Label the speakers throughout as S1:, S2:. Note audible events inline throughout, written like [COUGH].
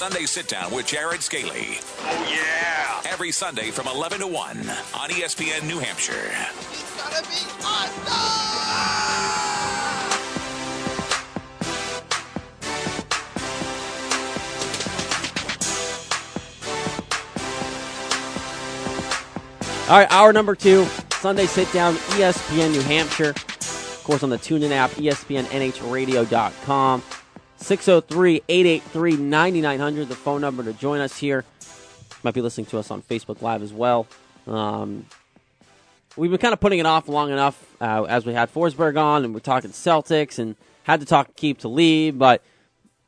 S1: Sunday Sit Down with Jared Scaly.
S2: Oh, yeah.
S1: Every Sunday from 11 to 1 on E ESPN New Hampshire.
S3: It's gonna be awesome!
S4: All right, hour number two, Sunday sit down, E ESPN New Hampshire. Of course, on the TuneIn app, E ESPNNHradio.com. 603 883 9900, the phone number to join us here. Might be listening to us on Facebook Live as well. Um, we've been kind of putting it off long enough uh, as we had Forsberg on and we're talking Celtics and had to talk keep to leave, but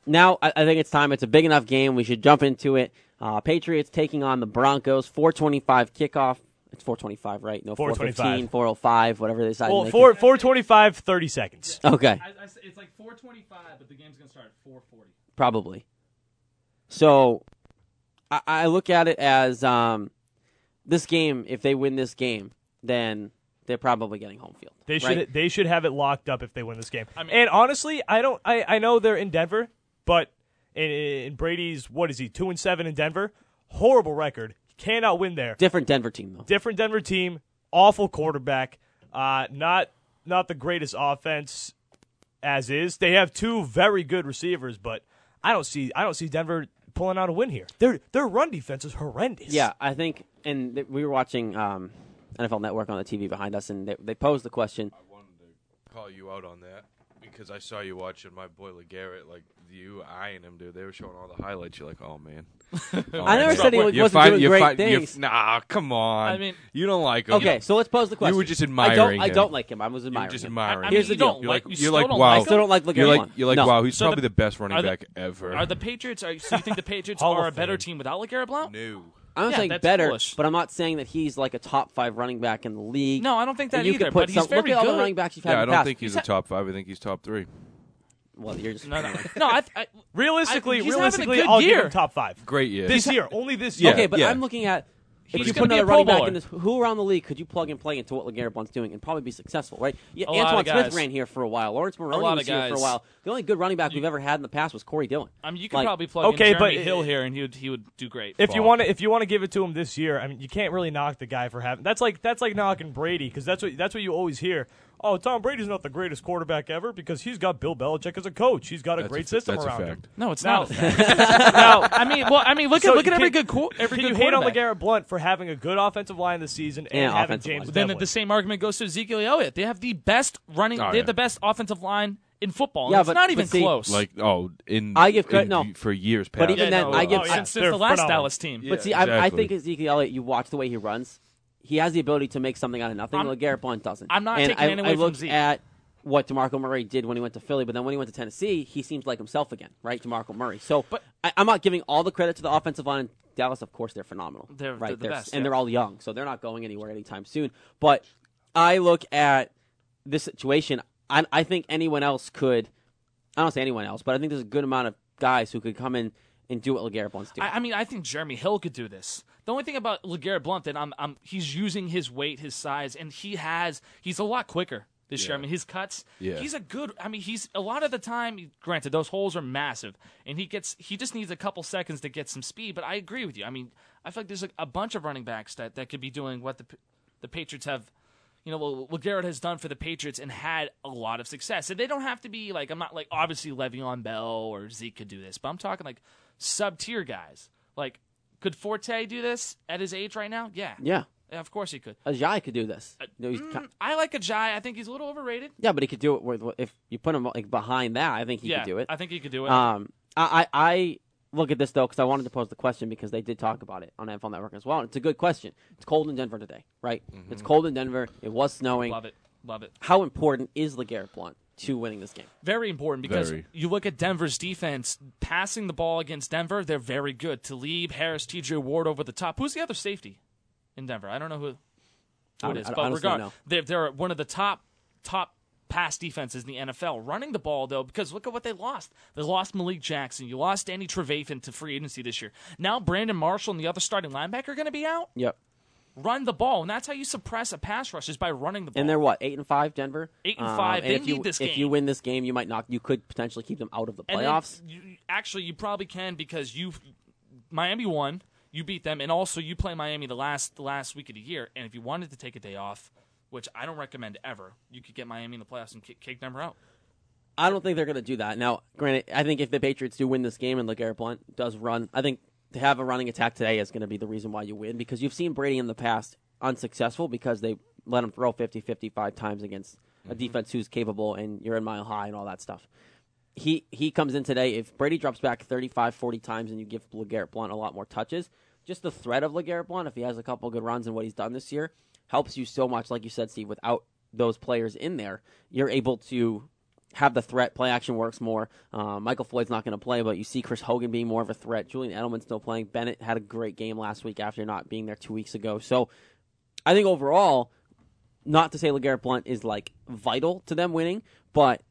S4: now I, I think it's time. It's a big enough game. We should jump into it. Uh, Patriots taking on the Broncos. 425 kickoff. It's 425, right? No, 415,
S5: 425.
S4: 405, whatever they decide. to
S5: Well,
S4: make it.
S5: four four twenty five, thirty seconds.
S4: Okay.
S6: I, I s- it's like 425, but the game's going to start at 440.
S4: probably. So, I, I look at it as um, this game. If they win this game, then they're probably getting home field.
S5: They should
S4: right?
S5: they should have it locked up if they win this game.
S6: I mean-
S5: and honestly, I don't I, I know they're in Denver, but in, in Brady's what is he two and seven in Denver? Horrible record. Cannot win there.
S4: different Denver team though.
S5: Different Denver team. Awful quarterback. Uh, not not the greatest offense as is. They have two very good receivers, but I don't see I don't see Denver pulling out a win here. Their their run defense is horrendous.
S4: Yeah, I think, and th- we were watching um, NFL Network on the TV behind us, and they, they posed the question.
S7: wanted to call you out on that because I saw you watching my boy LeGarrette, like you eyeing him, dude. They were showing all the highlights. You're like,
S6: [LAUGHS]
S7: oh man. Oh,
S4: I never said he
S7: You're
S4: wasn't doing
S7: you're
S4: great
S7: you're-
S4: things.
S7: nah, come on.
S6: I mean-
S7: you don't like him.
S4: Okay, so let's pose the question.
S7: were just
S4: I don't,
S7: admiring
S4: I
S7: him.
S4: don't like him. I was
S7: you were
S4: admiring
S7: just
S4: him.
S7: admiring.
S6: I
S7: him.
S4: Here's the
S6: mean, you
S4: deal.
S6: don't
S7: You're
S6: like,
S7: like,
S6: you
S7: you're
S6: still
S7: like,
S6: don't
S7: wow.
S4: I still don't like
S7: You're
S4: LeGarrette.
S7: like, you're like,
S4: no.
S7: wow, he's
S6: So
S7: probably
S6: the-
S7: the, best running
S6: are the-
S7: back ever.
S6: Are the Patriots? Are, so you think the [LAUGHS] Patriots
S5: Hall
S6: are a
S5: of
S6: better
S5: Fame.
S6: team without LeGarrette Blount?
S7: new?
S4: I'm not
S6: Yeah,
S4: saying
S6: that's
S4: better,
S6: foolish.
S4: but I'm not saying that he's like a top five running back in the league.
S6: No, I don't think that
S4: And you
S6: either,
S4: Could put
S6: but he's
S4: some, look
S6: very
S4: at all the
S6: good.
S4: running backs you've had
S7: Yeah, I
S4: in the
S7: don't
S4: past.
S7: think he's,
S6: He's
S7: a top five. I think he's top three.
S4: Well, you're just [LAUGHS]
S6: No, no, no. I, I,
S5: Realistically,
S6: I- he's having a
S5: realistically,
S6: good
S5: I'll give
S6: year.
S5: him top five.
S7: Great year.
S5: This year, only this
S7: Yeah.
S5: year.
S4: okay, but I'm looking at if
S6: He's
S4: you put
S6: gonna be
S4: another
S6: a Pro
S4: running back
S6: Bowler.
S4: in this, who around the league could you plug and play into what LeGarrette Blount's doing and probably be successful, right? Yeah,
S6: A lot
S4: Antoine
S6: of
S4: Smith
S6: guys.
S4: ran here for a while. Lawrence Maroney
S6: lot
S4: was
S6: of
S4: here for a
S6: guys.
S4: while. The only good running back we've ever had in the past was Corey Dillon.
S6: I mean, you could
S4: Like,
S6: probably plug
S5: Okay,
S6: in Jeremy
S5: but-
S6: Hill here, and he would he would do great.
S5: If you want to, if you want to give it to him this year, I mean, you can't really knock the guy for having. That's like that's like knocking Brady because that's what that's what you always hear. Oh, Tom Brady's not the greatest quarterback ever because he's got Bill Belichick as a coach. He's got a
S7: That's
S5: great
S7: a,
S5: system
S7: that's
S5: around
S7: a
S5: him.
S7: fact.
S6: no, it's
S5: Now-
S6: [LAUGHS] not. a fact. no, I mean, well, I mean, look
S5: So
S6: at look at
S5: you
S6: every
S5: can-
S6: good qu- every
S5: can
S6: good
S5: you hate on
S6: quarterback.
S5: LeGarrette Blunt for having a good offensive line this season and,
S4: And
S5: having
S4: offensive
S5: James?
S4: line.
S6: Then the,
S5: Devlin?
S6: the same argument goes to Ezekiel Elliott. They have the best running.
S7: Oh,
S6: they
S7: yeah.
S6: have the best offensive line in football. and
S4: Yeah,
S6: it's
S4: but-
S6: not
S4: but
S6: even
S4: see,
S6: close.
S7: Like, oh, in
S4: I give credit-
S7: in-
S4: no.
S7: for years past.
S4: But even then, I give- I-
S6: oh, since, since
S5: they're
S6: the last
S5: phenomenal.
S6: Dallas team.
S4: But
S7: Yeah,
S4: see, I, I
S7: exactly.
S4: think Ezekiel Elliott, you watch the way he runs, he has the ability to make something out of nothing.
S6: I'm-
S4: LeGarrette Blount doesn't.
S6: I'm not
S4: and
S6: taking
S4: I,
S6: it
S4: I
S6: away from
S4: looked
S6: Zeke.
S4: at what DeMarco Murray did when he went to Philly, but then when he went to Tennessee, he seems like himself again, right? DeMarco Murray. So
S6: But-
S4: I, I'm not giving all the credit to the offensive line in Dallas. Of course, they're phenomenal.
S6: They're-
S4: right,
S6: they're the best,
S4: and
S6: yeah.
S4: they're all young, so they're not going anywhere anytime soon. But I look at this situation. I, I think anyone else could. I don't say anyone else, but I think there's a good amount of guys who could come in and do what LeGarrette Blount's doing.
S6: I, I mean, I think Jeremy Hill could do this. The only thing about Legarrette Blunt that I'm, I'm he's using his weight, his size, and he has he's a lot quicker this year. I mean, his cuts.
S7: Yeah.
S6: He's a good. I mean, he's a lot of the time. Granted, those holes are massive, and he gets he just needs a couple seconds to get some speed. But I agree with you. I mean, I feel like there's a, a bunch of running backs that that could be doing what the P- the Patriots have. You know what Legarrette has done for the Patriots and had a lot of success, and they don't have to be like I'm not like obviously Le'Veon Bell or Zeke could do this, but I'm talking like sub tier guys. Like, could Forte do this at his age right now? Yeah.
S4: yeah.
S6: Yeah, of course he could. Mm,
S4: Ajay could do this.
S6: Uh,
S4: No, he's ki-
S6: I like Ajay. I think he's a little overrated.
S4: yeah, but he could do it with if you put him like behind that. I think he
S6: yeah,
S4: could do it.
S6: I think he could do it.
S4: Um, I, I I look at this though because I wanted to pose the question because they did talk about it on NFL Network as well. And it's a good question. It's cold in Denver today, right? It's cold in Denver. It was snowing.
S6: Love it. Love it.
S4: How important is Legarrette Blunt to winning this game?
S6: Very important because
S7: Very.
S6: you look at Denver's defense passing the ball against Denver. They're very good. Talib Harris, T.J. Ward over the top. Who's the other safety in Denver? I don't know
S4: I
S6: who, who
S4: don't-
S6: it is,
S4: I don't-
S6: but
S4: honestly don't know.
S6: regard they're they're one of the top top pass defenses in the NFL. Running the ball though, because look at what they lost. They lost Malik Jackson. You lost Danny Trevathan to free agency this year. Now Brandon Marshall and the other starting linebacker are going to be out.
S4: Yep.
S6: Run the ball, and that's how you suppress a pass rush is by running the ball.
S4: And they're what eight and five, Denver. Um,
S6: Eight and five.
S4: and
S6: They
S4: if you
S6: need this
S4: if
S6: game.
S4: you win this game, you might knock. You could potentially keep them out of the
S6: And then
S4: playoffs.
S6: you- actually, you probably can because you Miami won, you beat them, and also you play Miami the last the last week of the year. And if you wanted to take a day off, which I don't recommend ever, you could get Miami in the playoffs and kick, kick them out.
S4: I don't think they're going to do that. Now, granted, I think if the Patriots do win this game and LeGarrette Blunt does run, I think to have a running attack today is going to be the reason why you win because you've seen Brady in the past unsuccessful because they let him throw 50, 55 times against a defense who's capable and you're in mile high and all that stuff. He he comes in today. If Brady drops back 35, 40 times and you give LeGarrette Blunt a lot more touches, just the threat of LeGarrette Blunt, if he has a couple good runs and what he's done this year, helps you so much, like you said, Steve, without those players in there, you're able to have the threat. Play action works more. Uh, Michael Floyd's not going to play, but you see Chris Hogan being more of a threat. Julian Edelman's still playing. Bennett had a great game last week after not being there two weeks ago. So I think overall, not to say LeGarrette Blunt is like vital to them winning, but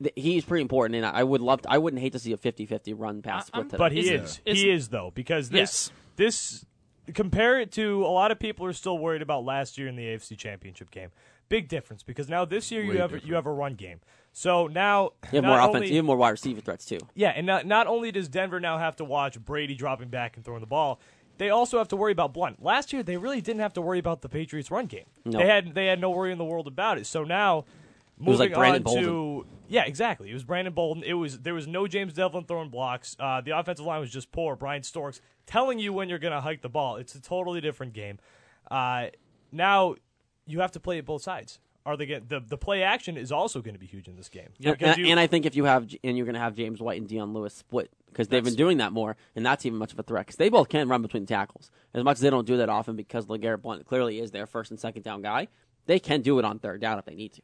S4: th- he's pretty important. And I would love to, I wouldn't hate to see a 50 50 run pass
S6: I-
S4: split
S6: I'm-
S4: today.
S5: But he
S6: Isn't-
S5: is.
S6: isn't-
S5: He is though because this this compare it to a lot of people are still worried about last year in the AFC Championship game. Big difference because now this year
S7: Way
S5: you have
S7: different.
S5: you have a run game. So now
S4: you have
S5: not
S4: more
S5: only-
S4: offense, you have more wide receiver threats too.
S5: yeah, and not, not only does Denver now have to watch Brady dropping back and throwing the ball, they also have to worry about Blunt. Last year, they really didn't have to worry about the Patriots' run game.
S4: No.
S5: They had they had no worry in the world about it. So now,
S4: was
S5: moving
S4: like Brandon
S5: on to yeah, exactly. It was Brandon Bolden. It was there was no James Devlin throwing blocks. Uh, the offensive line was just poor. Brian Storks telling you when you're going to hike the ball. It's a totally different game. Uh, now you have to play it both sides. Are they get, the the play action is also going to be huge in this game?
S4: And,
S5: Because
S4: and,
S5: you-
S4: and I think if you have and you're going to have James White and Dion Lewis split because they've been doing that more, and that's even much of a threat because they both can run between tackles as much as they don't do that often because Legarrette Blunt clearly is their first and second down guy. They can do it on third down if they need to.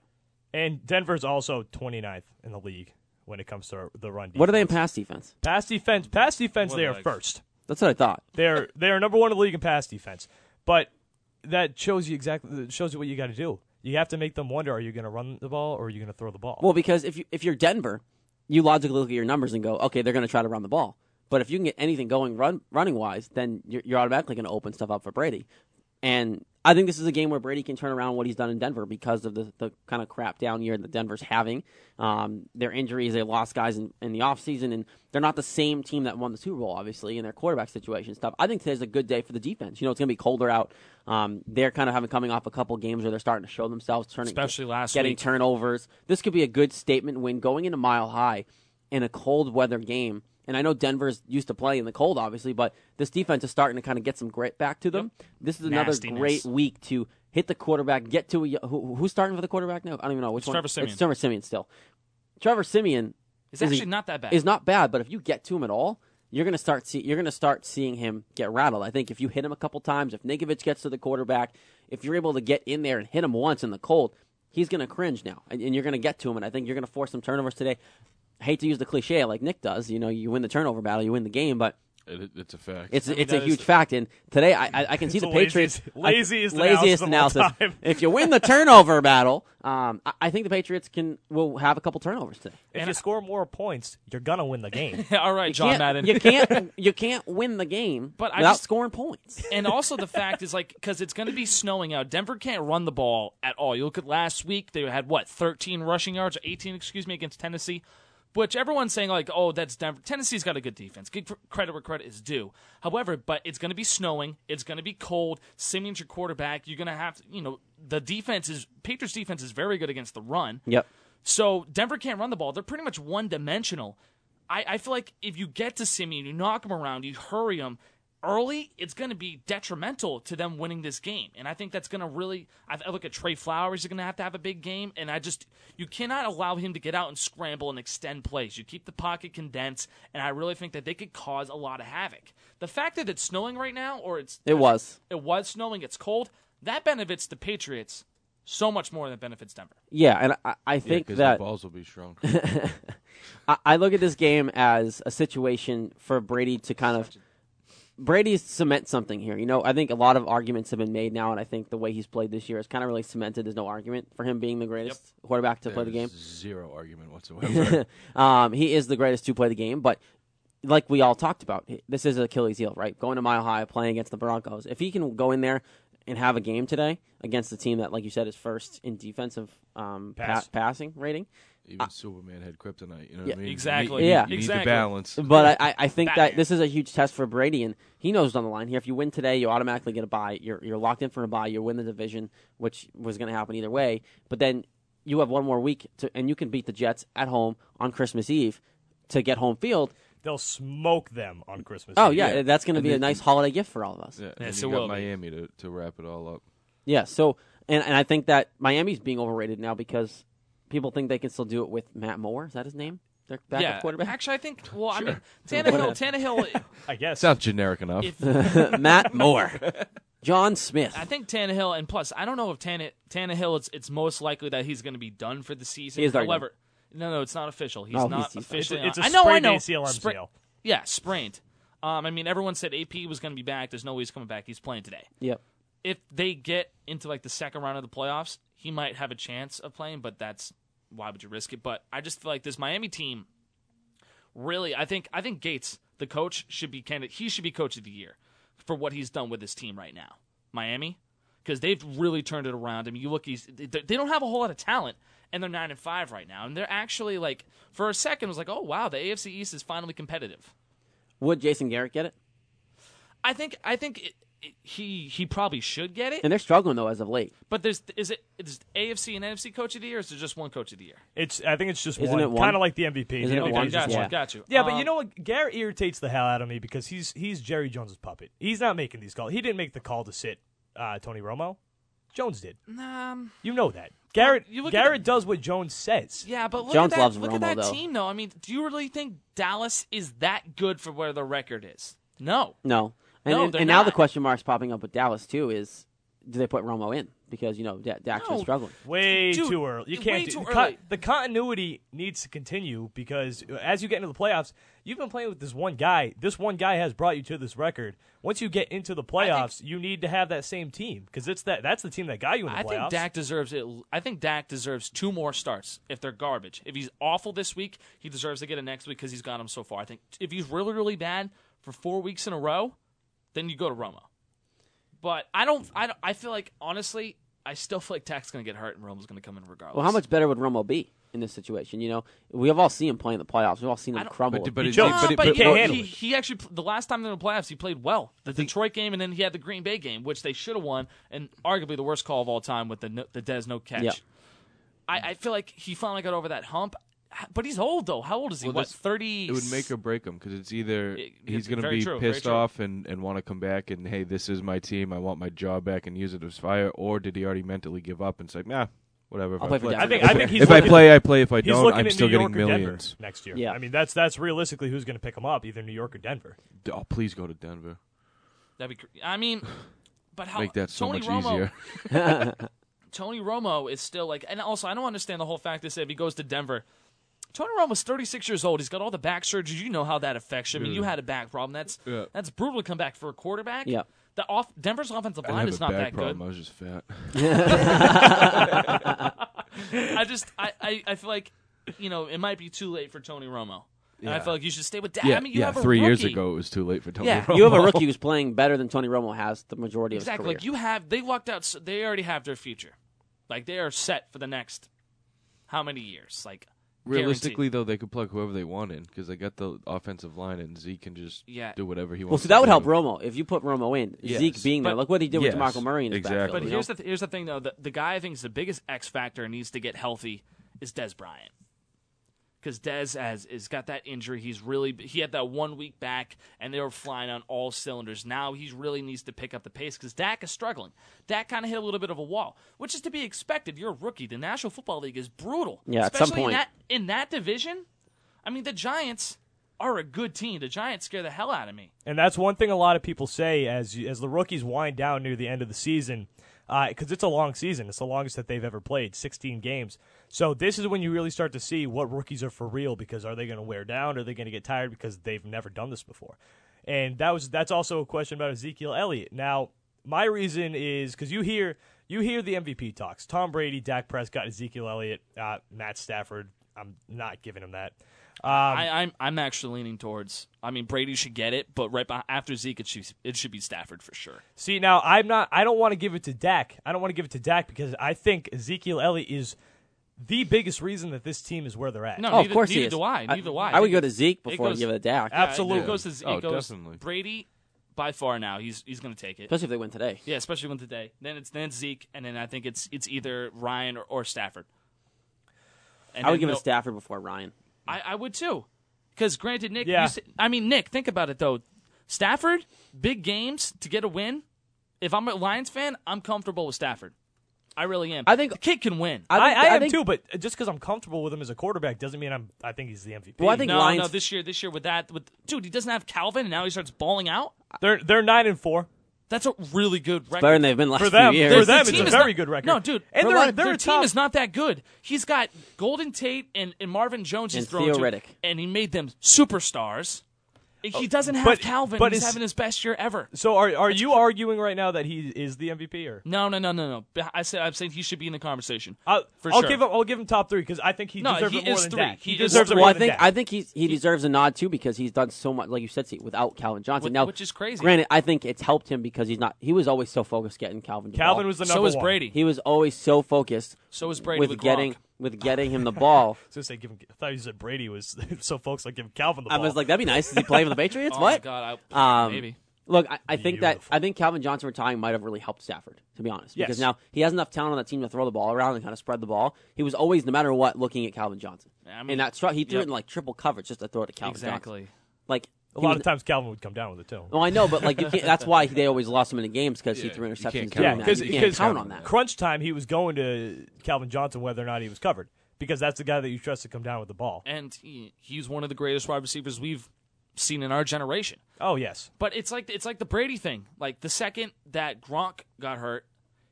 S5: And Denver's also 29th in the league when it comes to the run defense.
S4: What are they in pass defense?
S5: Pass defense. Pass defense.
S6: What
S5: They
S6: are
S5: are
S6: they?
S5: first.
S4: That's what I thought.
S5: They're they are number one in the league in pass defense. But that shows you exactly that shows you what you got to do. You have to make them wonder: Are you going to run the ball or are you going to throw the ball?
S4: Well, because if you if you're Denver, you logically look at your numbers and go, okay, they're going to try to run the ball. But if you can get anything going run running wise, then you're, you're automatically going to open stuff up for Brady. And I think this is a game where Brady can turn around what he's done in Denver because of the, the kind of crap down year that Denver's having. Um, their injuries, they lost guys in, in the offseason, and they're not the same team that won the Super Bowl, obviously, in their quarterback situation and stuff. I think today's a good day for the defense. You know, it's going to be colder out. Um, they're kind of having coming off a couple games where they're starting to show themselves, turning
S6: Especially last
S4: getting
S6: week.
S4: turnovers. This could be a good statement win going into Mile High in a cold weather game. And I know Denver's used to play in the cold, obviously, but this defense is starting to kind of get some grit back to them. This is another
S6: Nastiness.
S4: great week to hit the quarterback, get to a who, who's starting for the quarterback now. I don't even know which one.
S6: Trevor Simeon.
S4: It's Trevor Simeon still. Trevor Simeon
S6: It's
S4: is a-
S6: actually not that bad.
S4: is not bad, but if you get to him at all, you're gonna start see you're gonna start seeing him get rattled. I think if you hit him a couple times, if Ninkovich gets to the quarterback, if you're able to get in there and hit him once in the cold, he's gonna cringe now, and, and you're gonna get to him. And I think you're gonna force some turnovers today. I hate to use the cliche like Nick does. You know, you win the turnover battle, you win the game, but
S7: It, it's a fact.
S4: it's it's a
S5: that is-
S4: huge fact, and today I I, I can see the
S5: the laziest-
S4: Patriots I-
S5: laziest analysis of all time.
S4: if you win the turnover battle, um, I, I think the Patriots can will have a couple turnovers today.
S5: if you score more points, you're going to win the game.
S6: [LAUGHS]
S4: [LAUGHS]
S6: All right,
S4: can't-
S6: John Madden. [LAUGHS]
S4: You can't you can't win the game
S6: But I
S4: without
S6: just-
S4: scoring points.
S6: and also the fact is like because it's going to be snowing out. Denver can't run the ball at all. You look at last week; they had what 13 rushing yards, or 18, excuse me, against Tennessee, which everyone's saying like, oh, that's Denver. Tennessee's got a good defense. Give credit where credit is due. However, but it's going to be snowing. It's going to be cold. Simeon's your quarterback. You're going to have to, you know, the defense is Patriots defense is very good against the run.
S4: Yep.
S6: So Denver can't run the ball. They're pretty much one dimensional. I, I feel like if you get to Simeon, you knock him around, you hurry him early, it's going to be detrimental to them winning this game. And I think that's going to really. I, I look at Trey Flowers is going to have to have a big game, and I just you cannot allow him to get out and scramble and extend plays. You keep the pocket condensed, and I really think that they could cause a lot of havoc. The fact that it's snowing right now, or it's
S4: It was.
S6: it was snowing, it's cold. That benefits the Patriots so much more than it benefits Denver.
S4: Yeah, and I, I think
S7: because
S4: that
S7: the balls will be strong.
S4: I, I look at this game as a situation for Brady to kind of Brady's cement something here. You know, I think a lot of arguments have been made now, and I think the way he's played this year is kind of really cemented. There's no argument for him being the greatest quarterback to play the game.
S7: There's Zero argument whatsoever. [LAUGHS]
S4: Um, he is the greatest to play the game, but like we all talked about, this is Achilles heel, right? Going to Mile High, playing against the Broncos. If he can go in there and have a game today against the team that, like you said, is first in defensive um, pa-
S5: Pass.
S4: passing rating.
S7: Even Superman had kryptonite. You know
S4: Yeah,
S7: what I mean?
S6: exactly.
S7: You need-
S4: Yeah.
S7: you need the
S6: Exactly.
S7: balance.
S4: But I, I- I think that
S6: Batman.
S4: this is a huge test for Brady, and he knows it's on the line here. If you win today, you automatically get a bye. You're you're locked in for a bye. You win the division, which was going to happen either way. But then you have one more week, to, and you can beat the Jets at home on Christmas Eve to get home field.
S5: They'll smoke them on Christmas.
S4: Oh
S5: Eve.
S4: yeah, that's going to be a nice holiday gift for all of us.
S7: Yeah, and
S6: Yes,
S7: you
S6: it
S7: got
S6: will be.
S7: Miami to, to wrap it all up.
S4: Yeah. So, and, and I think that Miami's being overrated now because people think they can still do it with Matt Moore. Is that his name? Their backup
S6: yeah,
S4: quarterback.
S6: Actually, I think. Well, I mean,
S5: [LAUGHS]
S6: Tannehill. Tannehill.
S5: I guess.
S7: Sounds generic enough.
S4: [LAUGHS]
S6: if,
S4: Matt
S6: [LAUGHS]
S4: Moore. John Smith.
S6: I think Tannehill, and plus, I don't know if Tanne, Tannehill. It's it's most likely that he's going to be done for the season.
S4: He is already
S6: However, no, no, it's not official. He's
S4: No,
S6: not
S4: he's- he's-
S6: officially.
S5: It's a-
S6: on-
S5: it's a
S6: I know, I
S5: sprained ACL
S6: know. Spra-
S5: MCL.
S6: yeah, sprained. Um, I mean, everyone said AP was going to be back. There's no way he's coming back. He's playing today.
S4: Yep.
S6: If they get into like the second round of the playoffs, he might have a chance of playing. But that's why would you risk it? But I just feel like this Miami team really I think I think Gates, the coach, should be candidate he should be coach of the year for what he's done with his team right now. Miami because they've really turned it around. I mean, you look he's, they they don't have a whole lot of talent and they're 9 and 5 right now. And they're actually like for a second was like, "Oh wow, the AFC East is finally competitive."
S4: Would Jason Garrett get it?
S6: I think I think it, it, he he probably should get it.
S4: And they're struggling though as of late.
S6: But there's is it is AFC and NFC coach of the year or is there just one coach of the year?
S5: It's. I think it's just
S4: Isn't
S5: one.
S4: it one?
S5: Kind of like the MVP.
S4: Isn't
S5: The
S4: it
S5: MVP
S4: one?
S5: is
S6: Got
S5: just
S6: you.
S4: Yeah.
S6: Got you.
S5: Yeah, but
S6: Um,
S5: you know what? Garrett irritates the hell out of me because he's he's Jerry Jones's puppet. He's not making these calls. He didn't make the call to sit uh, Tony Romo. Jones did.
S6: um,
S5: You know that. Garrett
S6: you look at
S5: Garrett
S6: the-
S5: does what Jones says.
S6: Yeah, but look
S4: Jones
S6: at that,
S4: loves
S6: look
S4: Romo,
S6: at that
S4: though.
S6: team, though. I mean, do you really think Dallas is that good for where the record is? No.
S4: No. And,
S6: No,
S4: and,
S6: they're
S4: and now the
S6: not.
S4: question marks popping up with Dallas too is do they put Romo in because you know da- Dak's been
S6: No.
S4: struggling.
S5: Way
S6: Dude,
S5: too early. You
S6: way
S5: can't. do-
S6: too
S5: the con-
S6: early.
S5: the continuity needs to continue because uh, as you get into the playoffs, you've been playing with this one guy. This one guy has brought you to this record. Once you get into the playoffs, you need to have that same team because it's that that's the team that got you in the
S6: I
S5: playoffs.
S6: think Dak deserves it. I think Dak deserves two more starts if they're garbage. If he's awful this week, he deserves to get it next week because he's got him so far. I think if he's really, really bad for four weeks in a row, then you go to Romo. But I don't. I don't, I feel like honestly, I still feel like Dak's going to get hurt and Romo's going to come in regardless.
S4: Well, how much better would Romo be in this situation? You know, we have all seen him play in the playoffs. We've all seen
S6: I
S4: him
S6: don't-
S4: crumble.
S7: But, but,
S5: He
S7: it-
S5: choked.
S6: No,
S7: but, it-
S6: but,
S7: but,
S5: he
S6: you
S5: can't
S6: know,
S7: but-
S5: handle
S6: he,
S5: it.
S6: he actually the last time they were in the playoffs, he played well. The Detroit game, and then he had the Green Bay game, which they should have won, and arguably the worst call of all time with the no, the Des no catch.
S4: Yeah.
S6: I, I feel like he finally got over that hump, but he's old though. How old is he?
S7: Well,
S6: what
S7: that's-
S6: thirty?
S7: it would make or break him because it's either
S6: It-
S7: he's
S6: it-
S7: going to
S6: very
S7: be
S6: true, very
S7: pissed
S6: true.
S7: off and, and want to come back and hey, this is my team. I want my job back and use it as fire. Or did he already mentally give up and say, nah, whatever. If
S4: I'll play
S7: I
S4: for
S7: play,
S4: Denver.
S5: I think-
S7: if,
S5: I think he's
S7: if I
S5: looking-
S7: play, I play. If I
S5: He's
S7: don't,
S5: looking
S7: I'm
S5: at
S7: still
S5: New York
S7: getting
S5: or Denver
S7: millions.
S5: next year.
S4: Yeah.
S5: I mean that's that's realistically who's going to pick him up, either New York or Denver.
S7: Oh, please go to Denver.
S6: That'd be. cr- I mean, but how
S7: Make that so
S6: Tony
S7: much
S6: Romo,
S7: easier.
S6: Tony Romo is still like, and also I don't understand the whole fact that if he goes to Denver, Tony Romo's 36 years old. He's got all the back surgery. You know how that affects you. I mean, you had a back problem. That's
S7: Mm. Yeah.
S6: that's brutal to come back for a quarterback.
S4: Yeah.
S6: The off Denver's offensive
S7: I
S6: line
S7: have
S6: is
S7: a
S6: not
S7: back
S6: that
S7: problem. I
S6: good.
S7: was
S6: [LAUGHS]
S7: just fat.
S6: I just I, I I feel like you know it might be too late for Tony Romo. And I
S7: Yeah.
S6: feel like you should stay with Dak.
S7: yeah,
S6: I mean, you
S7: yeah.
S6: have a
S7: Three years
S6: rookie.
S7: ago, it was too late for Tony
S6: Yeah.
S7: Romo.
S4: you have
S7: [LAUGHS]
S4: a rookie who's playing better than Tony Romo has the majority of his
S6: Exactly.
S4: career.
S6: Like you have, they lucked out. So they already have their future. Like they are set for the next how many years? Like
S7: Realistically, though, they could plug whoever they want in because they got the offensive line, and Zeke can just
S6: Yeah.
S7: do whatever he wants.
S4: well, so that
S7: to
S4: would help
S7: do.
S4: Romo if you put Romo in.
S7: Yes.
S4: Zeke being there,
S6: But-
S4: look what he did
S7: Yes.
S4: with DeMarco Murray in his
S7: Exactly.
S4: backfield.
S6: But
S4: you
S6: here's
S4: know?
S6: the th- here's the thing though. The, the guy I think is the biggest X factor and needs to get healthy is Des Bryant. Because Des has is got that injury. He's really he had that one week back, and they were flying on all cylinders. Now he really needs to pick up the pace because Dak is struggling. Dak kind of hit a little bit of a wall, which is to be expected. You're a rookie. The National Football League is brutal.
S4: Yeah, at some
S6: especially
S4: point.
S6: in that in that division. I mean, the Giants are a good team. The Giants scare the hell out of me.
S5: And that's one thing a lot of people say as as the rookies wind down near the end of the season, because it's a long season. It's the longest that they've ever played, 16 games. So this is when you really start to see what rookies are for real. Because are they going to wear down? Are they going to get tired? Because they've never done this before. And that was that's also a question about Ezekiel Elliott. Now my reason is because you hear you hear the MVP talks: Tom Brady, Dak Prescott, Ezekiel Elliott, uh, Matt Stafford. I'm not giving him that. Um,
S6: I, I'm I'm actually leaning towards. I mean, Brady should get it, but right beh- after Zeke, it should it should be Stafford for sure.
S5: See, now I'm not. I don't want to give it to Dak. I don't want to give it to Dak because I think Ezekiel Elliott is the biggest reason that this team is where they're at.
S6: No,
S4: Oh,
S6: neither,
S4: of course
S6: neither
S4: he is.
S6: do I. Neither do I.
S4: I would go to Zeke before
S6: goes-
S4: I give it to Dak,
S5: Yeah. Absolutely.
S6: it goes to Z-
S7: Oh,
S6: it goes
S7: definitely.
S6: Brady by far now. He's he's going to take it.
S4: especially if they win today.
S6: Yeah, especially when today. Then it's then it's Zeke, and then I think it's it's either Ryan or, or Stafford. And
S4: I would
S6: then
S4: give it
S6: no-
S4: to Stafford before Ryan.
S6: I, I would too, because granted, Nick.
S5: Yeah.
S6: You, s- I mean, Nick, think about it though. Stafford, big games to get a win. If I'm a Lions fan, I'm comfortable with Stafford. I really am.
S4: I think-
S6: the kid can win.
S5: I, I, am
S4: think,
S5: too, but just because I'm comfortable with him as a quarterback doesn't mean I'm. I think he's the MVP.
S4: Well, I think
S6: no,
S4: Lions.
S6: no, this year, this year with that, with dude, he doesn't have Calvin, and now he starts balling out.
S5: they're they're nine and four
S6: That's a really good record.
S4: better than they've been last
S5: for them.
S4: few years.
S5: For
S6: The
S5: them, it's
S6: team
S5: a
S6: is
S5: very
S6: not-
S5: good record.
S6: No, dude,
S5: and
S6: their,
S5: they're they're a
S6: team
S5: top-
S6: is not that good. He's got Golden Tate and, and Marvin Jones. He's
S4: And
S6: thrown
S4: Theo
S6: to,
S4: Riddick.
S6: and he made them superstars. He doesn't have
S5: Oh, but-
S6: Calvin.
S5: but
S6: he's
S5: is-
S6: having his best year ever.
S5: So are are you arguing right now that he is the MVP or?
S6: No, no, no, no, no. But I said I'm saying he should be in the conversation.
S5: I'll,
S6: For
S5: I'll
S6: sure.
S5: give him. I'll give him top three because I think he
S6: No,
S5: deserves
S6: he
S5: it more
S6: is
S5: than
S6: three.
S5: Dak.
S6: He
S5: He,
S6: is
S5: deserves it
S4: Well,
S5: more
S4: I
S5: than
S4: think
S5: Dak.
S4: I think he's he deserves a nod too because he's done so much, like you said, Steve, without Calvin Johnson.
S6: Wh-
S4: now,
S6: which is crazy.
S4: Granted, I think it's helped him because he's not. He was always so focused getting Calvin. the
S5: Calvin
S4: ball.
S5: was the number
S6: so is
S5: one.
S6: Brady.
S4: He was always so focused.
S6: So is Brady
S4: with,
S6: with Gronk.
S4: getting with getting him the ball.
S5: I was gonna say, give him, I thought you said Brady was [LAUGHS] so folks like give Calvin the
S4: I
S5: ball.
S4: was like, that'd be nice. Is he playing for the [LAUGHS] Patriots?
S6: oh
S4: what?
S6: my god, I,
S4: Um,
S6: maybe.
S4: Look, I, I think that
S5: Beautiful.
S4: I think Calvin Johnson retiring might have really helped Stafford, to be honest, because
S5: Yes.
S4: now he has enough talent on that team to throw the ball around and kind of spread the ball. He was always, no matter what, looking at Calvin Johnson,
S6: I mean,
S4: and that str- he threw
S6: yep.
S4: it in like triple coverage just to throw it to Calvin Johnson.
S6: Exactly.
S4: Like
S5: a lot of times Calvin would come down with it too.
S4: Well, I know, but like you can't, that's why they always lost him in the games because he
S7: Yeah,
S4: threw
S7: you
S4: interceptions. during
S7: can't count on
S4: that.
S7: that. 'Cause-
S4: you can't
S5: 'cause
S4: count on that.
S5: Crunch time, he was going to Calvin Johnson whether or not he was covered because that's the guy that you trust to come down with the ball.
S6: And he, he's one of the greatest wide receivers we've seen in our generation.
S5: Oh yes,
S6: But it's like it's like the Brady thing. Like the second that Gronk got hurt,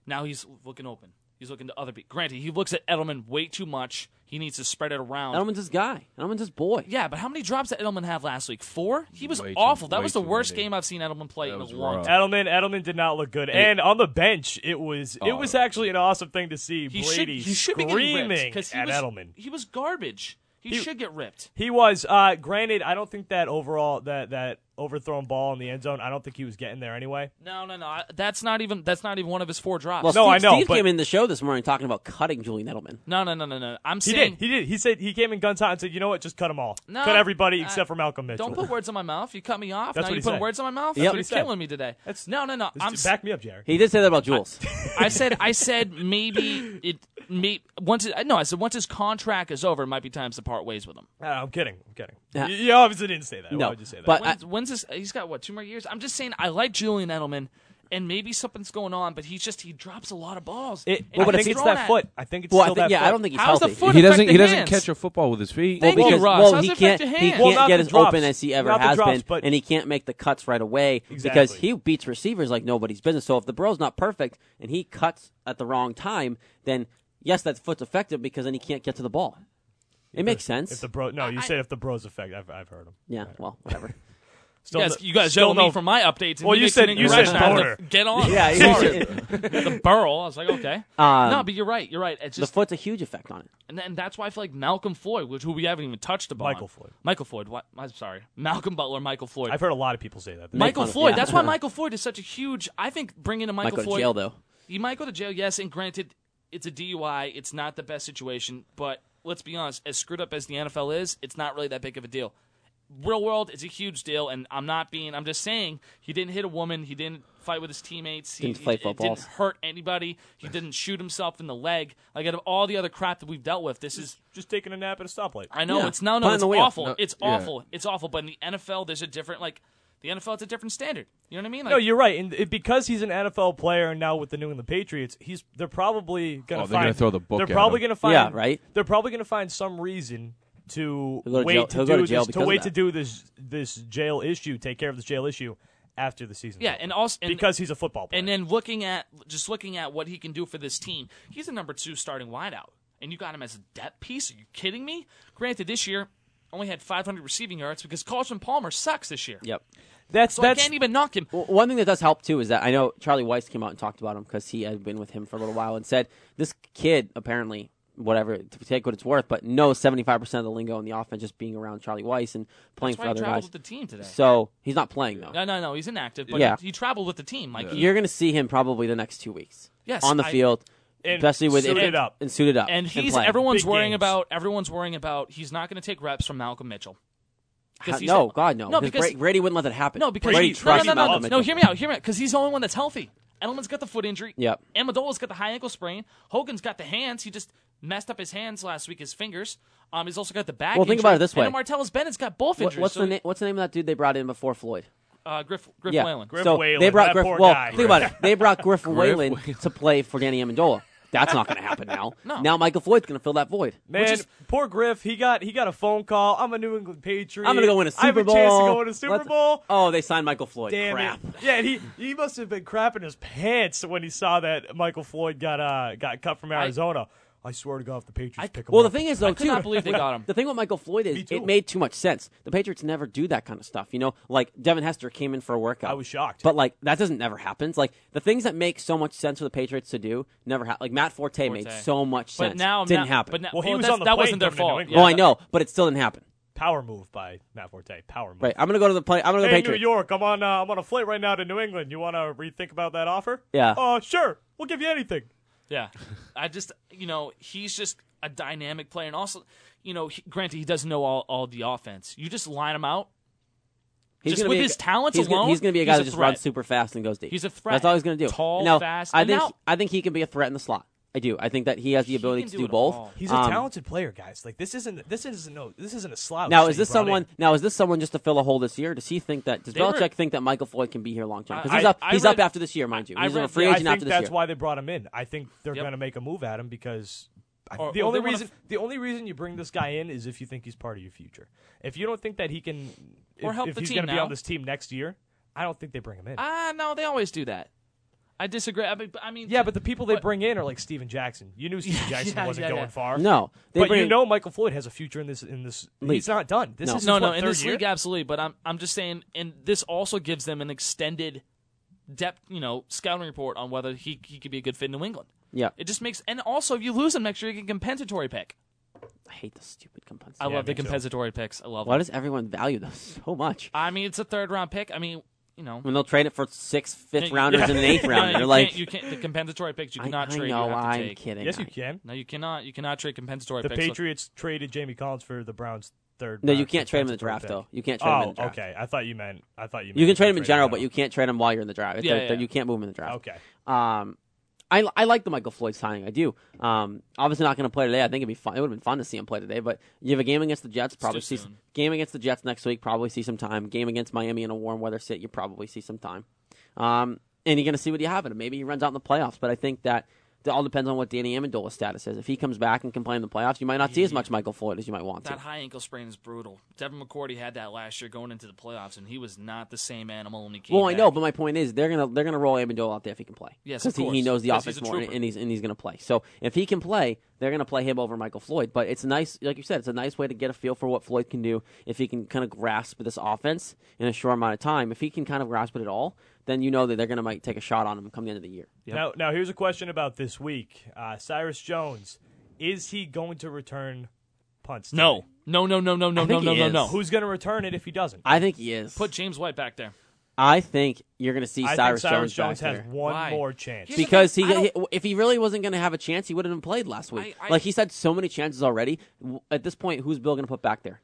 S6: now he's looking open. He's looking to other people. Granted, he looks at Edelman way too much. He needs to spread it around.
S4: Edelman's his guy. Edelman's his boy.
S6: Yeah, but how many drops did Edelman have last week? Four? He was
S7: Way too-
S6: awful. that
S7: way
S6: was the
S7: too
S6: worst
S7: many.
S6: game I've seen Edelman play
S7: That
S6: in a
S7: was
S6: long
S7: rough.
S6: time.
S5: Edelman Edelman did not look good, and on the bench it was it
S7: Oh.
S5: was actually an awesome thing to see.
S6: He should,
S5: Brady
S6: he should be getting
S5: screaming
S6: ripped 'cause he
S5: at
S6: was,
S5: Edelman.
S6: He was garbage. He, should get ripped.
S5: He was. Uh, granted, I don't think that overall that that overthrown ball in the end zone. I don't think he was getting there anyway.
S6: No, no, no. I- That's not even that's not even one of his four drops.
S4: Well,
S5: No,
S4: Steve,
S5: I know,
S4: Steve
S5: but-
S4: came in the show this morning talking about cutting Julian Edelman.
S6: no, no, no, no, no. I'm
S5: He
S6: saying
S5: did. He did. He said he came in guns hot and said, "You know what? Just cut them all.
S6: No,
S5: cut everybody
S6: I-
S5: except for Malcolm Mitchell."
S6: don't put words in my mouth. You cut me off.
S5: That's
S6: now
S5: what
S6: you're
S5: he
S6: putting
S5: said.
S6: words in my mouth.
S4: Yep.
S6: You're
S5: That's what he
S6: killing
S5: said.
S6: me today.
S5: That's-
S6: no, no, no.
S5: [LAUGHS] This-
S6: I'm s-
S5: back me up, Jerry.
S4: He did say that about
S5: [LAUGHS]
S4: Jules.
S6: I said I said maybe it may, once it, no I said once his contract is over it might be time to part ways with him.
S5: Uh, I'm kidding. I'm kidding.
S4: Yeah.
S5: You, you obviously didn't say that. Why
S4: No,
S5: would you say that?
S4: but-
S6: When's, when's this? He's got what two more years? I'm just saying I like Julian Edelman, and maybe something's going on, but he's just he drops a lot of balls.
S5: it,
S6: And
S5: well, but
S6: I
S5: it's,
S6: get
S5: it's
S6: thrown
S5: that
S6: at.
S5: foot. I think it's
S4: well, I
S5: still
S4: think,
S5: that
S4: yeah,
S5: foot.
S4: I don't think he's
S6: How's the
S4: healthy.
S6: foot-
S7: He
S6: affect
S7: doesn't.
S6: the
S7: He doesn't
S6: hands?
S7: catch a football with his feet.
S6: Thank
S4: Well,
S6: you,
S4: because
S6: Ross.
S4: well,
S6: How's
S4: he
S6: it affect
S4: can't
S6: your
S4: he
S6: hands?
S4: can't
S6: Well,
S5: not
S4: get
S5: the
S4: as
S5: drops.
S4: open as he ever
S5: Not the
S4: has
S5: drops,
S4: been,
S5: but-
S4: and he can't make the cuts right away because
S5: Exactly.
S4: he beats receivers like nobody's business. So if the bro's not perfect and he cuts at the wrong time, then yes, that foot's effective because then he can't get to the ball. It makes sense.
S5: If the bro, no, you said if the bros effect. I've, I've heard him. [LAUGHS]
S4: yeah, well, whatever.
S5: Still
S6: you guys,
S5: no-
S6: you guys
S5: still
S6: yelled at
S5: no-
S6: me for my updates. And
S5: Well, you
S6: mixed
S5: said-
S6: it
S5: you
S6: in your
S5: said
S6: own. I was
S5: boner.
S6: Like, Get on.
S4: Yeah,
S6: sorry. [LAUGHS]
S4: the
S6: the burl. I was like, okay.
S4: Um,
S6: no, but you're right. You're right. It's just
S4: foot's a huge effect on it.
S6: and, and that's why I feel like Malcolm Floyd, which who we haven't even touched upon.
S5: Michael Floyd.
S6: Michael Floyd. What? I'm sorry. Malcolm Butler. Michael Floyd.
S5: I've heard a lot of people say that.
S6: Michael
S4: fun of-
S6: Floyd.
S4: yeah. [LAUGHS]
S6: That's why Michael Floyd is such a huge. I think bringing in Michael
S4: Might go to
S6: Floyd.
S4: jail though.
S6: You might go to jail, yes, and granted, it's a DUI. It's not the best situation, but let's be honest, as screwed up as the NFL is, it's not really that big of a deal. Real world, it's a huge deal, and I'm not being, I'm just saying he didn't hit a woman, he didn't fight with his teammates, he
S4: Didn't play
S6: he- it
S4: footballs.
S6: didn't hurt anybody, he didn't shoot himself in the leg. Like, out of all the other crap that we've dealt with, this is
S5: just taking a nap at a stoplight.
S6: I know
S4: Yeah.
S6: it's no, no,
S4: Behind
S6: it's
S4: the wheel.
S6: awful.
S7: No,
S6: it's
S7: yeah.
S6: awful. It's awful. But in the NFL, there's a different like the NFL. It's a different standard. You know what I mean? Like,
S5: No, you're right, and it, because he's an NFL player and now with the New England Patriots, he's they're probably gonna
S7: Oh, they're
S5: find
S7: gonna throw the book
S5: They're
S7: at
S5: probably
S7: him.
S5: gonna find
S4: Yeah, right.
S5: They're probably gonna find some reason to
S4: He'll go to
S5: wait
S4: jail-
S5: to
S4: he'll
S5: do
S4: go to jail
S5: this,
S4: because
S5: to
S4: of
S5: wait to
S4: that.
S5: do this this jail issue, take care of this jail issue after the season.
S6: yeah, and also and,
S5: because he's a football player.
S6: and then looking at just looking at what he can do for this team, he's a number two starting wideout, and you got him as a depth piece. Are you kidding me? Granted, this year, only had 500 receiving yards because Carson Palmer sucks this year.
S4: Yep.
S5: That's
S6: So I
S5: that's
S6: can't even knock him.
S4: Well, one thing that does help too is that I know Charlie Weiss came out and talked about him because he had been with him for a little while and said this kid apparently whatever to take what it's worth, but knows seventy five percent of the lingo in the offense just being around Charlie Weiss and playing
S6: That's why
S4: for
S6: he
S4: other
S6: traveled
S4: guys.
S6: with the team today.
S4: So he's not playing though.
S6: no, no, no. He's inactive, but
S4: Yeah.
S6: he, he traveled with the team. Like
S4: You're going to see him probably the next two weeks.
S6: Yes,
S4: on the
S6: I-
S4: field,
S5: And
S4: especially with
S5: suited
S4: and-
S5: up.
S4: and suited up,
S6: and he's
S4: playing.
S6: everyone's
S5: Big
S6: worrying
S5: games.
S6: about everyone's worrying about he's not going to take reps from Malcolm Mitchell. 'Cause
S4: Ha-
S6: he's-
S4: no, God no,
S6: No,
S4: because,
S6: because-
S4: Bra- Brady wouldn't let that happen.
S6: No, because
S4: Brady
S6: he, no, no,
S4: trusts
S6: no, no,
S4: Malcolm
S6: no,
S4: Mitchell.
S6: Hear me out. Hear me out. Because he's the only one that's healthy. Edelman's got the foot injury.
S4: Yep.
S6: Amendola's got the high ankle sprain. Hogan's got the hands. He just messed up his hands last week. His fingers. Um, he's also got the back.
S4: Well, think
S6: injury.
S4: about it this way.
S6: And Martellus Bennett's got both
S4: What-
S6: injuries.
S4: what's
S6: so
S4: the na- what's the name of that dude they brought in before Floyd?
S6: Uh, Griff Griff
S4: yeah.
S6: Whalen.
S5: Griff
S4: so
S5: Whalen,
S4: they brought
S5: that
S4: Griff.
S5: poor
S4: well,
S5: guy.
S4: think about it. They
S5: [LAUGHS]
S4: brought Griff, Whalen
S7: Whalen.
S4: to play for Danny Amendola. That's not going to happen now.
S6: [LAUGHS] No.
S4: Now Michael Floyd's going to fill that void.
S5: man.
S6: is-
S5: poor Griff. He got he got a phone call. I'm a New England Patriot.
S4: I'm going to go win a Super
S5: I have a
S4: Bowl.
S5: chance to go win a Super
S4: Let's-
S5: Bowl.
S4: Oh, they signed Michael Floyd.
S5: Damn
S4: Crap.
S5: it! Yeah, and he he must have been crapping his pants when he saw that Michael Floyd got uh got cut from Arizona. I, swear to God, if the Patriots
S6: I-
S5: pick him
S4: Well, the
S5: up.
S4: thing is, though,
S6: I could
S4: too,
S6: not believe they got him.
S4: The thing with Michael Floyd
S5: Me
S4: is
S5: too.
S4: it made too much sense. The Patriots never do that kind of stuff. You know, like Devin Hester came in for a workout.
S5: I was shocked.
S4: but like that doesn't never happens. Like the things that make so much sense for the Patriots to do never happen. Like Matt Forte, made
S6: Forte.
S4: so much sense.
S6: But now
S4: didn't
S6: now-
S4: happen.
S6: But now, oh,
S5: Well, he was
S6: that's-
S5: on the
S6: that
S5: plane
S6: wasn't their
S5: coming to New
S6: fault.
S5: England.
S4: Oh, I know, but it still didn't happen.
S5: power move by Matt Forte. Power move.
S4: Right. I'm gonna go to the play. I'm gonna go
S5: Hey,
S4: Patriots.
S5: New York, I'm on. Uh, I'm on a flight right now to New England. You want to rethink about that offer?
S4: Yeah.
S5: Uh, sure. We'll give you anything.
S6: Yeah. I just, you know, he's just a dynamic player. And also, you know, he, granted, he doesn't know all, all the offense. You just line him out.
S4: He's
S6: Just
S4: gonna
S6: with
S4: be a,
S6: his talents
S4: he's Gonna,
S6: alone,
S4: he's going to be a guy
S6: he's
S4: that
S6: a
S4: just runs
S6: threat.
S4: super fast and goes deep.
S6: He's a threat.
S4: That's all he's going to do.
S6: Tall,
S4: now,
S6: fast,
S4: I
S6: and
S4: think
S6: now-
S4: I think he can be a threat in the slot. I do. I think that he has the
S6: He
S4: ability
S6: can
S4: to
S6: do
S4: do
S6: it
S4: both.
S6: all.
S5: He's a
S4: Um,
S5: talented player, guys. Like this isn't. This isn't no. This isn't a slouch.
S4: Now
S5: that
S4: is
S5: you
S4: this
S5: brought in.
S4: someone? Now is this someone just to fill a hole this year? Does he think that? Does
S6: They were-
S4: Belichick think that Michael Floyd can be here long term? Because
S5: I-
S4: he's up.
S6: I
S4: He's up
S6: read-
S4: after this year, mind you.
S6: I
S4: He's a
S6: read-
S4: free
S6: yeah, I
S4: agent
S5: I
S4: after
S5: think
S4: this
S5: that's
S4: year.
S5: why they brought him in. I think they're
S6: Yep.
S5: going to make a move at him because I-
S6: Or-
S5: the
S6: or
S5: only
S6: they wanna
S5: reason the only reason you bring this guy in is if you think he's part of your future. If you don't think that he can,
S6: Or
S5: if,
S6: help
S5: if
S6: the
S5: he's
S6: team
S5: gonna be
S6: now.
S5: on this team next year, I don't think they bring him in.
S6: Ah, no, they always do that. I disagree. I mean, I mean
S5: yeah, but the people they
S6: But-
S5: bring in are like Steven Jackson. You
S4: [LAUGHS]
S5: knew Steven Jackson
S6: yeah,
S5: wasn't
S6: yeah,
S5: going
S6: yeah.
S5: far.
S4: No, they
S5: but
S4: bring,
S5: you know Michael Floyd has a future in this. In this,
S4: League.
S5: he's not done. This
S4: No.
S5: is
S6: no,
S5: his,
S6: no,
S5: what,
S6: in
S5: third
S6: this
S5: year?
S6: league, absolutely. But I'm, I'm just saying, and this also gives them an extended depth, you know, scouting report on whether he, he could be a good fit in New England.
S4: Yeah,
S6: It just makes, and also if you lose him next year, you get a compensatory pick.
S4: I hate the stupid compensation.
S6: I love
S5: me
S6: the
S5: too.
S6: compensatory picks. I love
S4: Why
S6: them.
S4: does everyone value those so much?
S6: I mean, it's a third round pick. I mean, you know,
S4: When they'll trade it for six fifth
S6: Yeah,
S4: rounders
S6: [LAUGHS] yeah.
S4: and an eighth
S6: No,
S4: rounder,
S6: you
S4: you're like
S6: can't, you can't the compensatory picks. You
S4: I,
S6: cannot
S4: I
S6: trade.
S4: know
S6: you have to
S4: I'm
S6: take.
S4: kidding.
S5: Yes, you
S4: I-
S5: can.
S6: No, you cannot. You cannot trade compensatory
S5: The
S6: picks. with-
S5: Patriots traded Jamie Collins for the Browns' third.
S4: No, you
S5: round
S4: can't trade him in the
S5: compensatory
S4: draft
S5: pick.
S4: though. You can't trade him in
S5: Oh,
S4: the draft.
S5: okay. I thought you meant. I thought you. Meant
S4: You can trade him in
S5: traded
S4: general,
S5: him
S4: but
S5: out.
S4: you can't trade him while you're in the draft.
S6: Yeah,
S4: They're- they're-
S6: yeah.
S4: You can't move him in the draft.
S5: Okay.
S4: Um, I I like the Michael Floyd signing. I do. Um, obviously not going to play today. I think it'd be fun. It would have been fun to see him play today. But you have a game against the Jets. Probably
S6: too
S4: see
S6: soon.
S4: game against the Jets next week. Probably see some time. Game against Miami in a warm weather sit. You probably see some time. Um, and you're going to see what you have in him. Maybe he runs out in the playoffs. But I think that. It all depends on what Danny Amendola's status is. If he comes back and can play in the playoffs, you might not see as much Michael Floyd as you might want to.
S6: That high ankle sprain is brutal. Devin McCourty had that last year going into the playoffs, and he was not the same animal when he came.
S4: Well, I know,
S6: back.
S4: but my point is they're gonna they're gonna roll Amendola out there if he can play.
S6: Yes,
S4: because
S6: of
S4: he, he
S6: course,
S4: knows the
S6: 'cause
S4: offense
S6: he's a
S4: more,
S6: trooper.
S4: and he's and he's gonna play. So if he can play, they're gonna play him over Michael Floyd. But it's a nice, like you said, it's a nice way to get a feel for what Floyd can do if he can kind of grasp this offense in a short amount of time. If he can kind of grasp it at all, then you know that they're gonna might take a shot on him come the end of the year.
S5: Now, now here's a question about this week. Uh, Cyrus Jones, is he going to return punts? today?
S6: no, no, no, no, no, no,
S4: I
S6: no,
S4: think
S6: no,
S4: he
S6: no,
S4: is.
S6: no.
S5: Who's going to return it if he doesn't?
S4: I think he is.
S6: put James White back there?
S4: I think you're gonna see
S5: I
S4: Cyrus,
S5: think Cyrus
S4: Jones,
S5: Jones,
S4: back
S5: has
S4: there.
S5: one
S6: Why?
S5: more chance.
S6: Here's the
S4: Because he,
S6: thing, I
S4: he, if he really wasn't going to have a chance, he wouldn't have played last week.
S6: I- I-
S4: like he's had so many chances already. W- At this point, who's Bill going to put back there?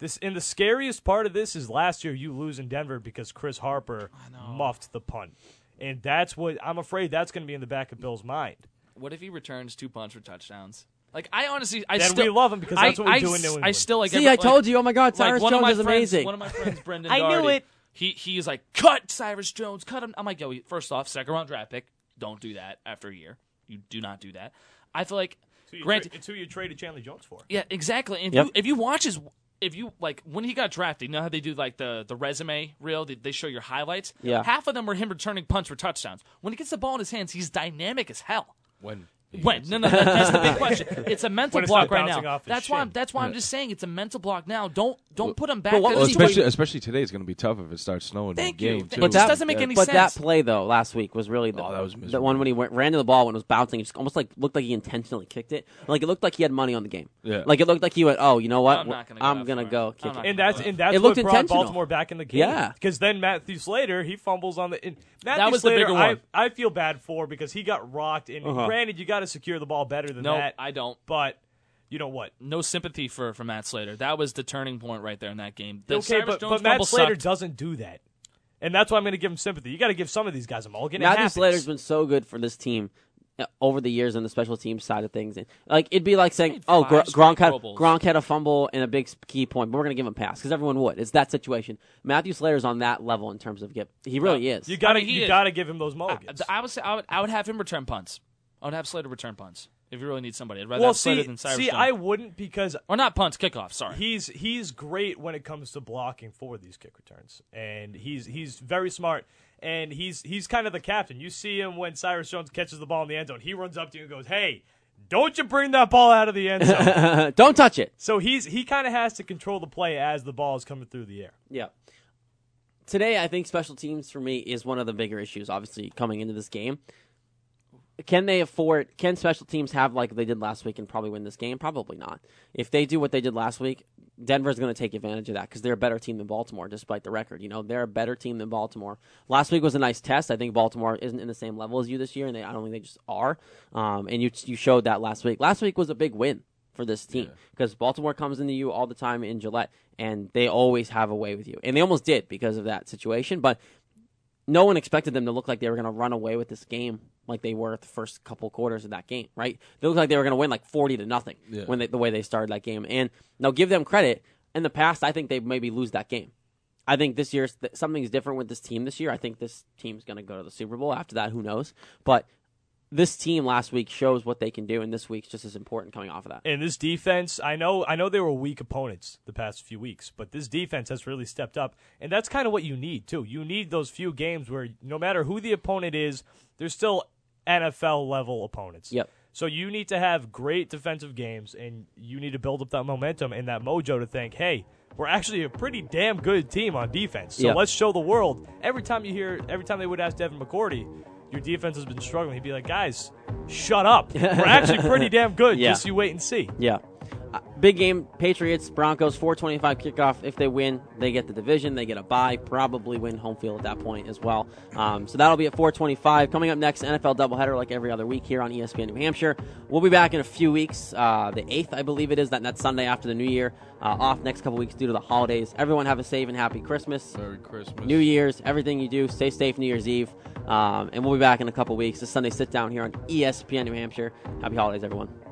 S5: This and the scariest part of this is last year you lose in Denver because Chris Harper muffed the punt, and that's what I'm afraid that's going to be in the back of Bill's mind.
S6: What if he returns two punts for touchdowns? Like I honestly, I
S5: Then
S6: still
S5: we love him because that's
S6: I,
S5: what we
S6: I
S5: do in
S6: s-
S5: New
S6: I
S5: England.
S6: still like.
S4: See,
S6: every-
S4: I told
S6: like-
S4: you. Oh my God,
S6: like
S4: Cyrus
S6: one of
S4: Jones
S6: my
S4: is
S6: friends,
S4: amazing.
S6: One of my friends,
S4: [LAUGHS]
S6: Brendan.
S5: I knew
S6: Daugherty,
S5: it.
S6: He he's like, cut Cyrus Jones, cut him. I'm like, yo, first off, second round draft pick. Don't do that after a year. You do not do that. I feel like, granted,
S5: it's who you traded Chandler Jones for.
S6: yeah, exactly. And
S4: Yep.
S6: you, if you watch his, if you like when he got drafted, you know how they do like the the resume reel. They, they show your highlights.
S4: Yeah.
S6: half of them were him returning punts for touchdowns. When he gets the ball in his hands, he's dynamic as hell.
S7: When
S6: When? No, no, that- that's the
S5: [LAUGHS]
S6: big question. It's a mental
S5: When it's not
S6: block right
S5: bouncing
S6: now.
S5: off his
S6: That's why. I'm,
S5: shin.
S6: that's why I'm just saying it's a mental block now. Don't don't put him back.
S4: but what
S6: That
S7: Well,
S4: was
S6: doesn't
S7: especially
S6: make-
S7: especially today is going to be tough if it starts snowing.
S6: Thank
S7: in
S6: you.
S7: game
S6: It
S7: too.
S6: just doesn't make any
S4: but
S6: sense.
S4: that play though last week was really the,
S7: Oh, that was
S4: the
S7: miserable.
S4: one when he went, ran to the ball when it was bouncing. It just almost like looked like he intentionally kicked it. Like it looked like he had money on the game.
S7: Yeah.
S4: Like it looked like he went, oh, you know what?
S6: I'm not gonna go
S4: I'm
S6: that
S4: gonna
S6: far.
S4: go
S6: I'm
S4: kick
S6: not
S4: it.
S5: And that's and that's
S4: It
S5: what
S4: looked
S5: brought
S4: intentional.
S5: Baltimore back in the game.
S4: Yeah.
S5: because then Matthew Slater he fumbles on the. And Matthew
S6: was the
S5: Slater,
S6: bigger
S5: I,
S6: one.
S5: I feel bad for because he got rocked. And granted, you got to secure the ball better than
S6: No,
S5: that.
S6: I don't.
S5: But you know what?
S6: No sympathy for for Matt Slater. That was the turning point right there in that game. The
S5: okay,
S6: Cyrus
S5: but,
S6: Jones
S5: but Matt
S6: fumble
S5: Slater
S6: sucked.
S5: doesn't do that, and that's why I'm going to give him sympathy. You got to give some of these guys a mulligan. It
S4: Matthew
S5: happens.
S4: Slater's been so good for this team uh, over the years on the special team side of things. And like it'd be like saying,
S6: made
S4: "Oh, Gr-
S6: five straight
S4: Gronk had
S6: Pro Bowls.
S4: Gronk had a fumble and a big s- key point, but we're gonna give him a pass because everyone would." It's that situation. Matthew Slater's on that level in terms of get. He really is.
S5: You got to
S6: I mean, he
S5: you
S6: is.
S5: got to give him those mulligans.
S6: I would say I would, I would have him return punts. I would have Slater return punts if you really need somebody. I'd rather
S5: well,
S6: have Slater
S5: see,
S6: than Cyrus
S5: see,
S6: Jones.
S5: I wouldn't because
S6: or not punts, kickoffs. Sorry.
S5: he's he's great when it comes to blocking for these kick returns, and he's he's very smart, and he's he's kind of the captain. You see him when Cyrus Jones catches the ball in the end zone, he runs up to you and goes, "Hey, don't you bring that ball out of the end zone."
S4: Uh, don't touch it.
S5: so he's he kind of has to control the play as the ball is coming through the air.
S4: Yeah. Today, I think special teams for me is one of the bigger issues, obviously, coming into this game. Can they afford, can special teams have like they did last week and probably win this game? Probably not. If they do what they did last week, Denver's going to take advantage of that because they're a better team than Baltimore, despite the record. You know, they're a better team than Baltimore. Last week was a nice test. I think Baltimore isn't in the same level as you this year, and they, I don't think they just are. Um, and you, you showed that last week. Last week was a big win for this team because Baltimore comes into you all the time in Gillette, and they always have a way with you. And they almost did because of that situation, but no one expected them to look like they were going to run away with this game like they were at the first couple quarters of that game, right? They looked like they were going to win like 40 to nothing when they, the way they started that game. And now give them credit. In the past, I think they maybe lose that game. I think this year th- something's different with this team this year. I think this team's going to go to the Super Bowl. After that, who knows? But this team last week shows what they can do, and this week's just as important coming off of that.
S5: And this defense, I know, I know they were weak opponents the past few weeks, but this defense has really stepped up, and that's kind of what you need too. You need those few games where no matter who the opponent is, they're still NFL level opponents.
S4: Yep.
S5: So you need to have great defensive games, and you need to build up that momentum and that mojo to think, hey, we're actually a pretty damn good team on defense. So
S4: Yep.
S5: let's show the world. Every time you hear, every time they would ask Devin McCourty. Your defense has been struggling. He'd be like, guys, shut
S4: [LAUGHS]
S5: up. We're actually pretty damn good.
S4: Yeah.
S5: Just you wait and see.
S4: Yeah. Uh, big game, Patriots, Broncos, 425 kickoff. If they win, they get the division. They get a bye, probably win home field at that point as well. Um, so that'll be at 425. Coming up next, NFL doubleheader like every other week here on E ESPN New Hampshire. We'll be back in a few weeks, uh, the 8th, I believe it is, that, that Sunday after the new year. Uh, off next couple weeks due to the holidays. Everyone have a safe and happy Christmas.
S7: Merry Christmas.
S4: New Year's, everything you do, stay safe New Year's E Eve. Um, and we'll be back in a couple weeks. This Sunday sit down here on ESPN New Hampshire. Happy holidays, everyone.